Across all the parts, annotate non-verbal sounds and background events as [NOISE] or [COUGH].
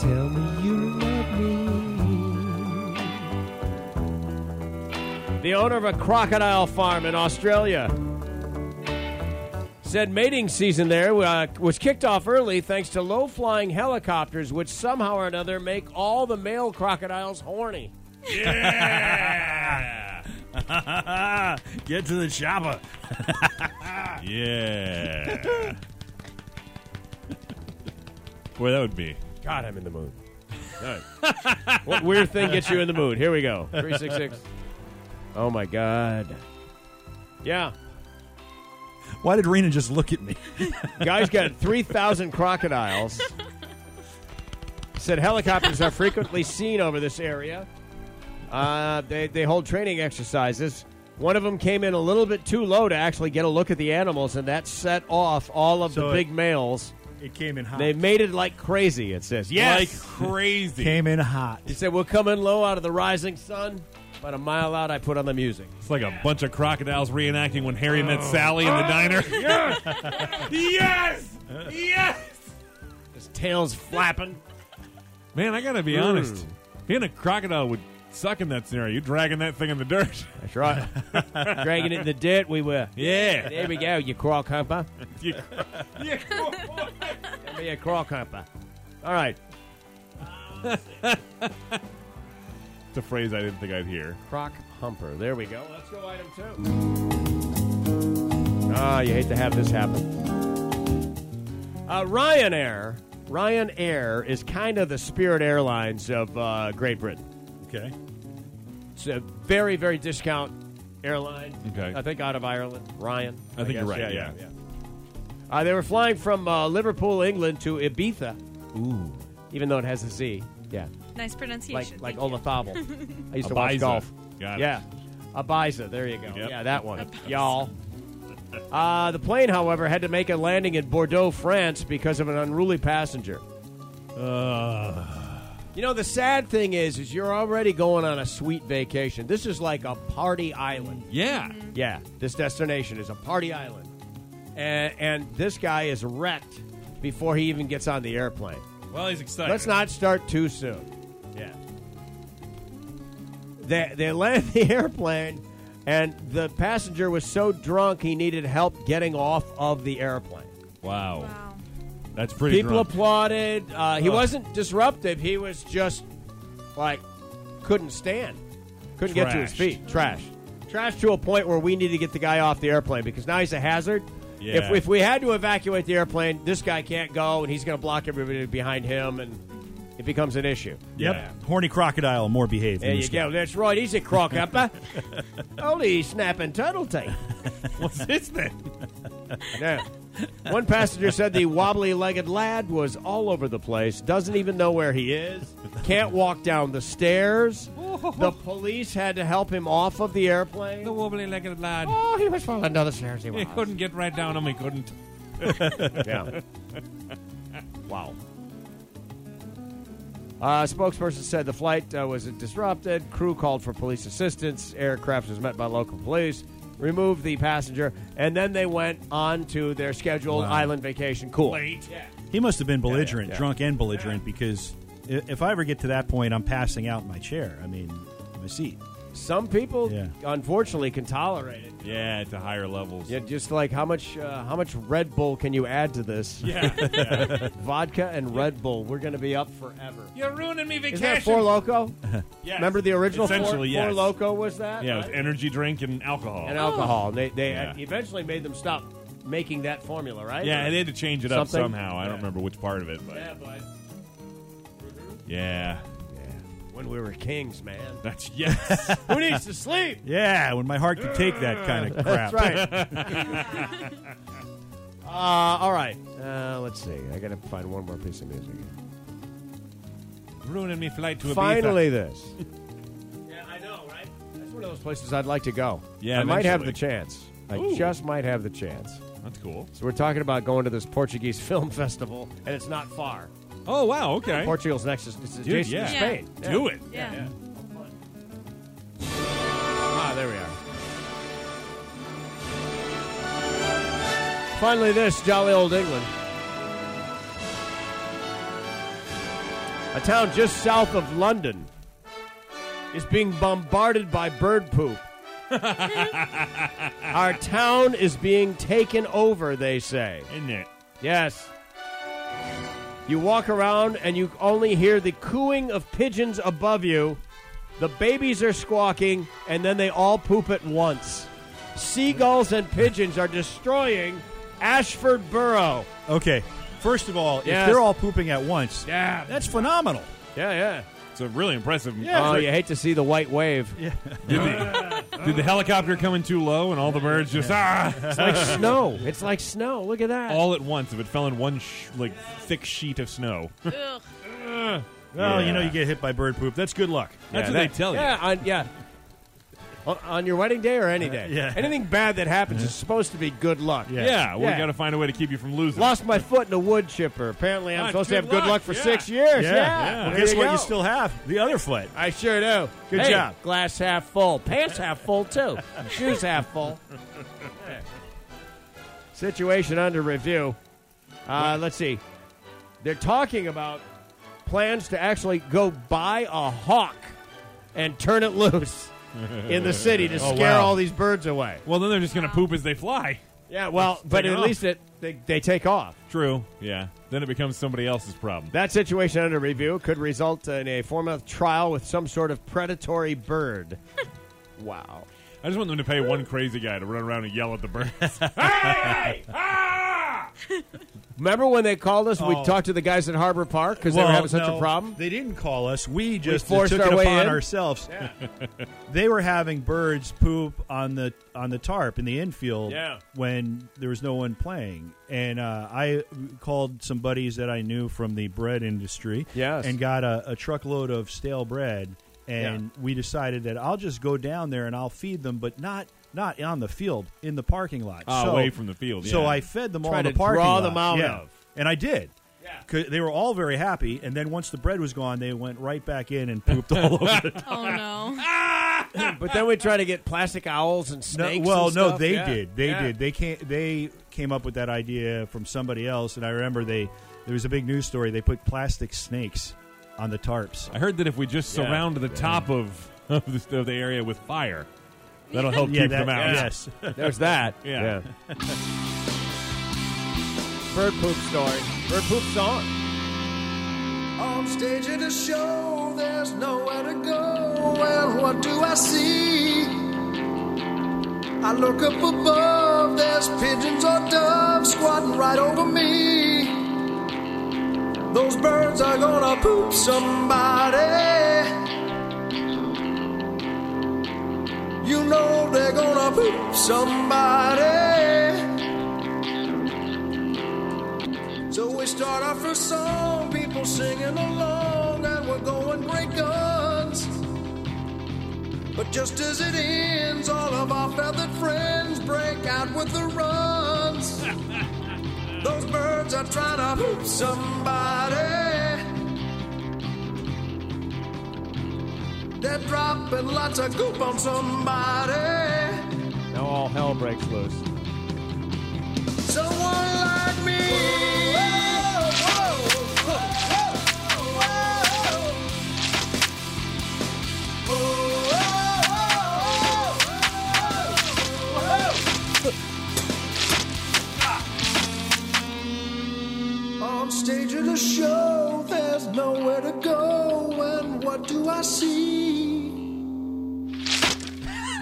Tell me you love me. The owner of a crocodile farm in Australia said mating season there uh, was kicked off early thanks to low flying helicopters, which somehow or another make all the male crocodiles horny. Ah, Get to the [LAUGHS] chopper. [LAUGHS] yeah. Boy, that would be. God, I'm in the mood. All right. [LAUGHS] what weird thing gets you in the mood? Here we go. 366. Oh, my God. Yeah. Why did Rena just look at me? Guy's got 3,000 crocodiles. Said helicopters are frequently seen over this area. Uh, they, they hold training exercises. One of them came in a little bit too low to actually get a look at the animals, and that set off all of So the it- big males. It came in hot. They mated like crazy, it says. Yes! crazy. Came in hot. He said, We're coming low out of the rising sun. About a mile out, I put on the music. It's like a bunch of crocodiles reenacting when Harry met Oh. Sally in the diner. Yes! Yes! His tail's flapping. Man, I gotta be Mm. honest. Being a crocodile would suck in that scenario. You're dragging that thing in the dirt. [LAUGHS] That's right. Dragging it in the dirt, we were. Yeah. There we go, you croc humper. You- [LAUGHS] Be a croc humper. All right, It's a phrase I didn't think I'd hear. croc humper. There we go. Let's go item two. Ah, you hate to have this happen. Uh, Ryanair. Ryanair is kind of the Spirit Airlines of uh, Great Britain. Okay. It's a very, very discount airline. Okay. I think out of Ireland. Ryan. I think you're guess. right, yeah. Uh, they were flying from uh, Liverpool, England to Ibiza. Ooh. Even though it has a Z. Yeah. Nice pronunciation. Like like Thank you. Olafable. [LAUGHS] I used to Ibiza. watch golf. Got it. yeah. Ibiza. There you go. Yep. Yeah, that one. Y'all. Uh, the plane, however, had to make a landing in Bordeaux, France because of an unruly passenger. You know, the sad thing is, is you're already going on a sweet vacation. This is like a party island. Yeah. Yeah, this destination is a party island. And, and this guy is wrecked before he even gets on the airplane. Well, he's excited. Let's not start too soon. Yeah. They, they land the [LAUGHS] airplane, and the passenger was so drunk he needed help getting off of the airplane. Wow. Wow. That's pretty People drunk. applauded. Uh, he Ugh. wasn't disruptive. He was just like couldn't stand, couldn't get to his Trashed. feet. Trash, trash to a point where we need to get the guy off the airplane because now he's a hazard. Yeah. If, if we had to evacuate the airplane, this guy can't go, and he's going to block everybody behind him, and it becomes an issue. Yep. Yeah. Horny crocodile, more behaved. There you go. That's right. He's a crock upper. Holy snapping turtle tape. [LAUGHS] What's this then? [LAUGHS] Now, one passenger said the wobbly legged lad was all over the place, doesn't even know where he is, can't walk down the stairs. The police had to help him off of the airplane. wobbly legged lad. Oh, he was falling down the stairs. He was. get right down him. He couldn't. [LAUGHS] Yeah. wow. Uh, spokesperson said the flight uh, was disrupted. Crew called for police assistance. Aircraft was met by local police. Removed the passenger, and then they went on to their scheduled island vacation. Cool. He must have been belligerent, yeah. drunk and belligerent, because i- if I ever get to that point, I'm passing out in my chair. I mean, my seat. Some people, Yeah. unfortunately, can tolerate it. Yeah, to higher levels. Yeah, just like how much uh, how much Red Bull can you add to this? Yeah. [LAUGHS] Vodka and Red Bull, we're going to be up forever. You're ruining me Isn't that Four Loco? Yes. Remember the original Four, Essentially, yes. Four Loco was that? Yeah, right? with energy drink and alcohol. and alcohol. They they Yeah. eventually made them stop making that formula, right? yeah, they had to change it up Something? somehow. I don't remember which part of it, but Yeah, but yeah, when we were kings, man, that's [LAUGHS] yes. who needs to sleep? [LAUGHS] Yeah, when my heart could take that kind of crap. That's right. Uh, [LAUGHS] all right. Uh, let's see. I got to find one more piece of music. Ruining me flight to Ibiza. Finally, this. yeah, I know, right? That's one of those places I'd like to go. Yeah, I might have the eventually. chance. I Ooh. just might have the chance. That's cool. So we're talking about going to this Portuguese [LAUGHS] film festival, and it's not far. Oh wow. Okay. Portugal's next is it's Dude, adjacent yeah. to Yeah. Spain. Do it. Yeah. Ah, there we are. Finally, this jolly old England. A town just south of London is being bombarded by bird poop. Our town is being taken over, they say. Isn't it? Yes. You walk around and you only hear the cooing of pigeons above you. The babies are squawking, and then they all poop at once. Seagulls and pigeons are destroying Ashford Borough. Okay. First of all, Yes. if they're all pooping at once, Yeah. that's phenomenal. Yeah, yeah. It's a really impressive. Oh, you hate to see the white wave. Did the, did the helicopter come in too low and all the birds just [LAUGHS] ah It's like snow. It's like snow. Look at that. all at once? If it fell in one sh- like thick sheet of snow, that's Ugh. [LAUGHS] Well, Yeah. Oh, you know you get hit by bird poop. That's good luck. what that- they tell you. Yeah, on, yeah. On, on your wedding day or any day. Uh, yeah. Anything bad that happens is supposed to be good luck. Yeah. Yeah, we Yeah. got to find a way to keep you from losing. Lost my foot in a wood chipper. Apparently, I'm Ah, supposed to good have good luck. luck for Yeah. six years. Yeah. Well, There guess what? go. You still have the other foot. I sure do. Good Hey, job. Glass half full. Pants half full too. Shoes half full. Situation under review. Uh, let's see. They're talking about plans to actually go buy a hawk and turn it loose in the city to Oh, scare wow. all these birds away. Well, then they're just gonna poop as they fly. Yeah, well, but take it at off. least it they, they take off. True. Yeah. Then it becomes somebody else's problem. That situation under review could result in a four month trial with some sort of predatory [LAUGHS] bird. wow. I just want them to pay one crazy guy to run around and yell at [LAUGHS] the birds. hey! Ah! Remember when they called us and Oh. we talked to the guys at Harbor Park because they were Well, having such no, a problem? They didn't call us. We just forced took our it way upon in. ourselves. they were having birds poop on the on the tarp in the infield Yeah. when there was no one playing. And uh, I called some buddies that I knew from the bread industry. Yes. and got a, a truckload of stale bread. And we decided that I'll just go down there and I'll feed them, but not not on the field in the parking lot. Ah, So- away from the field, So yeah. I fed them all Try in the to parking draw lot. them out yeah. of. And I did. Yeah. 'Cause They were all very happy, and then once the bread was gone, they went right back in and pooped all [LAUGHS] over. The Oh [LAUGHS] no. But then we try to get plastic owls and no, snakes. Uh, well, and no, stuff. they Yeah. did. They Yeah. did. They came. They came up with that idea from somebody else, and I remember they. There was a big news story. They put plastic snakes on the tarps. I heard that if we just Yeah. surround the top of [LAUGHS] of the, of the area with fire, that'll help Yeah, keep that- them out. Yes. There's that. Yeah. [LAUGHS] Bird poop story. Bird poop song. On stage at a show, there's nowhere to go. And what do I see? I look up above, there's pigeons or doves squatting right over me. Those birds are gonna poop somebody. You know they're gonna poop somebody. So we start off a song, people singing along, and we're going great guns. But just as it ends, all of our feathered friends break out with the runs. Those birds are trying to hoop somebody. They're dropping lots of goop on somebody. Now all hell breaks loose. Someone like me. On stage at a show, there's nowhere to go, and what do I see?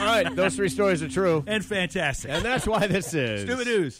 All right, those three stories are true. and fantastic. And that's why this is. Stupid news.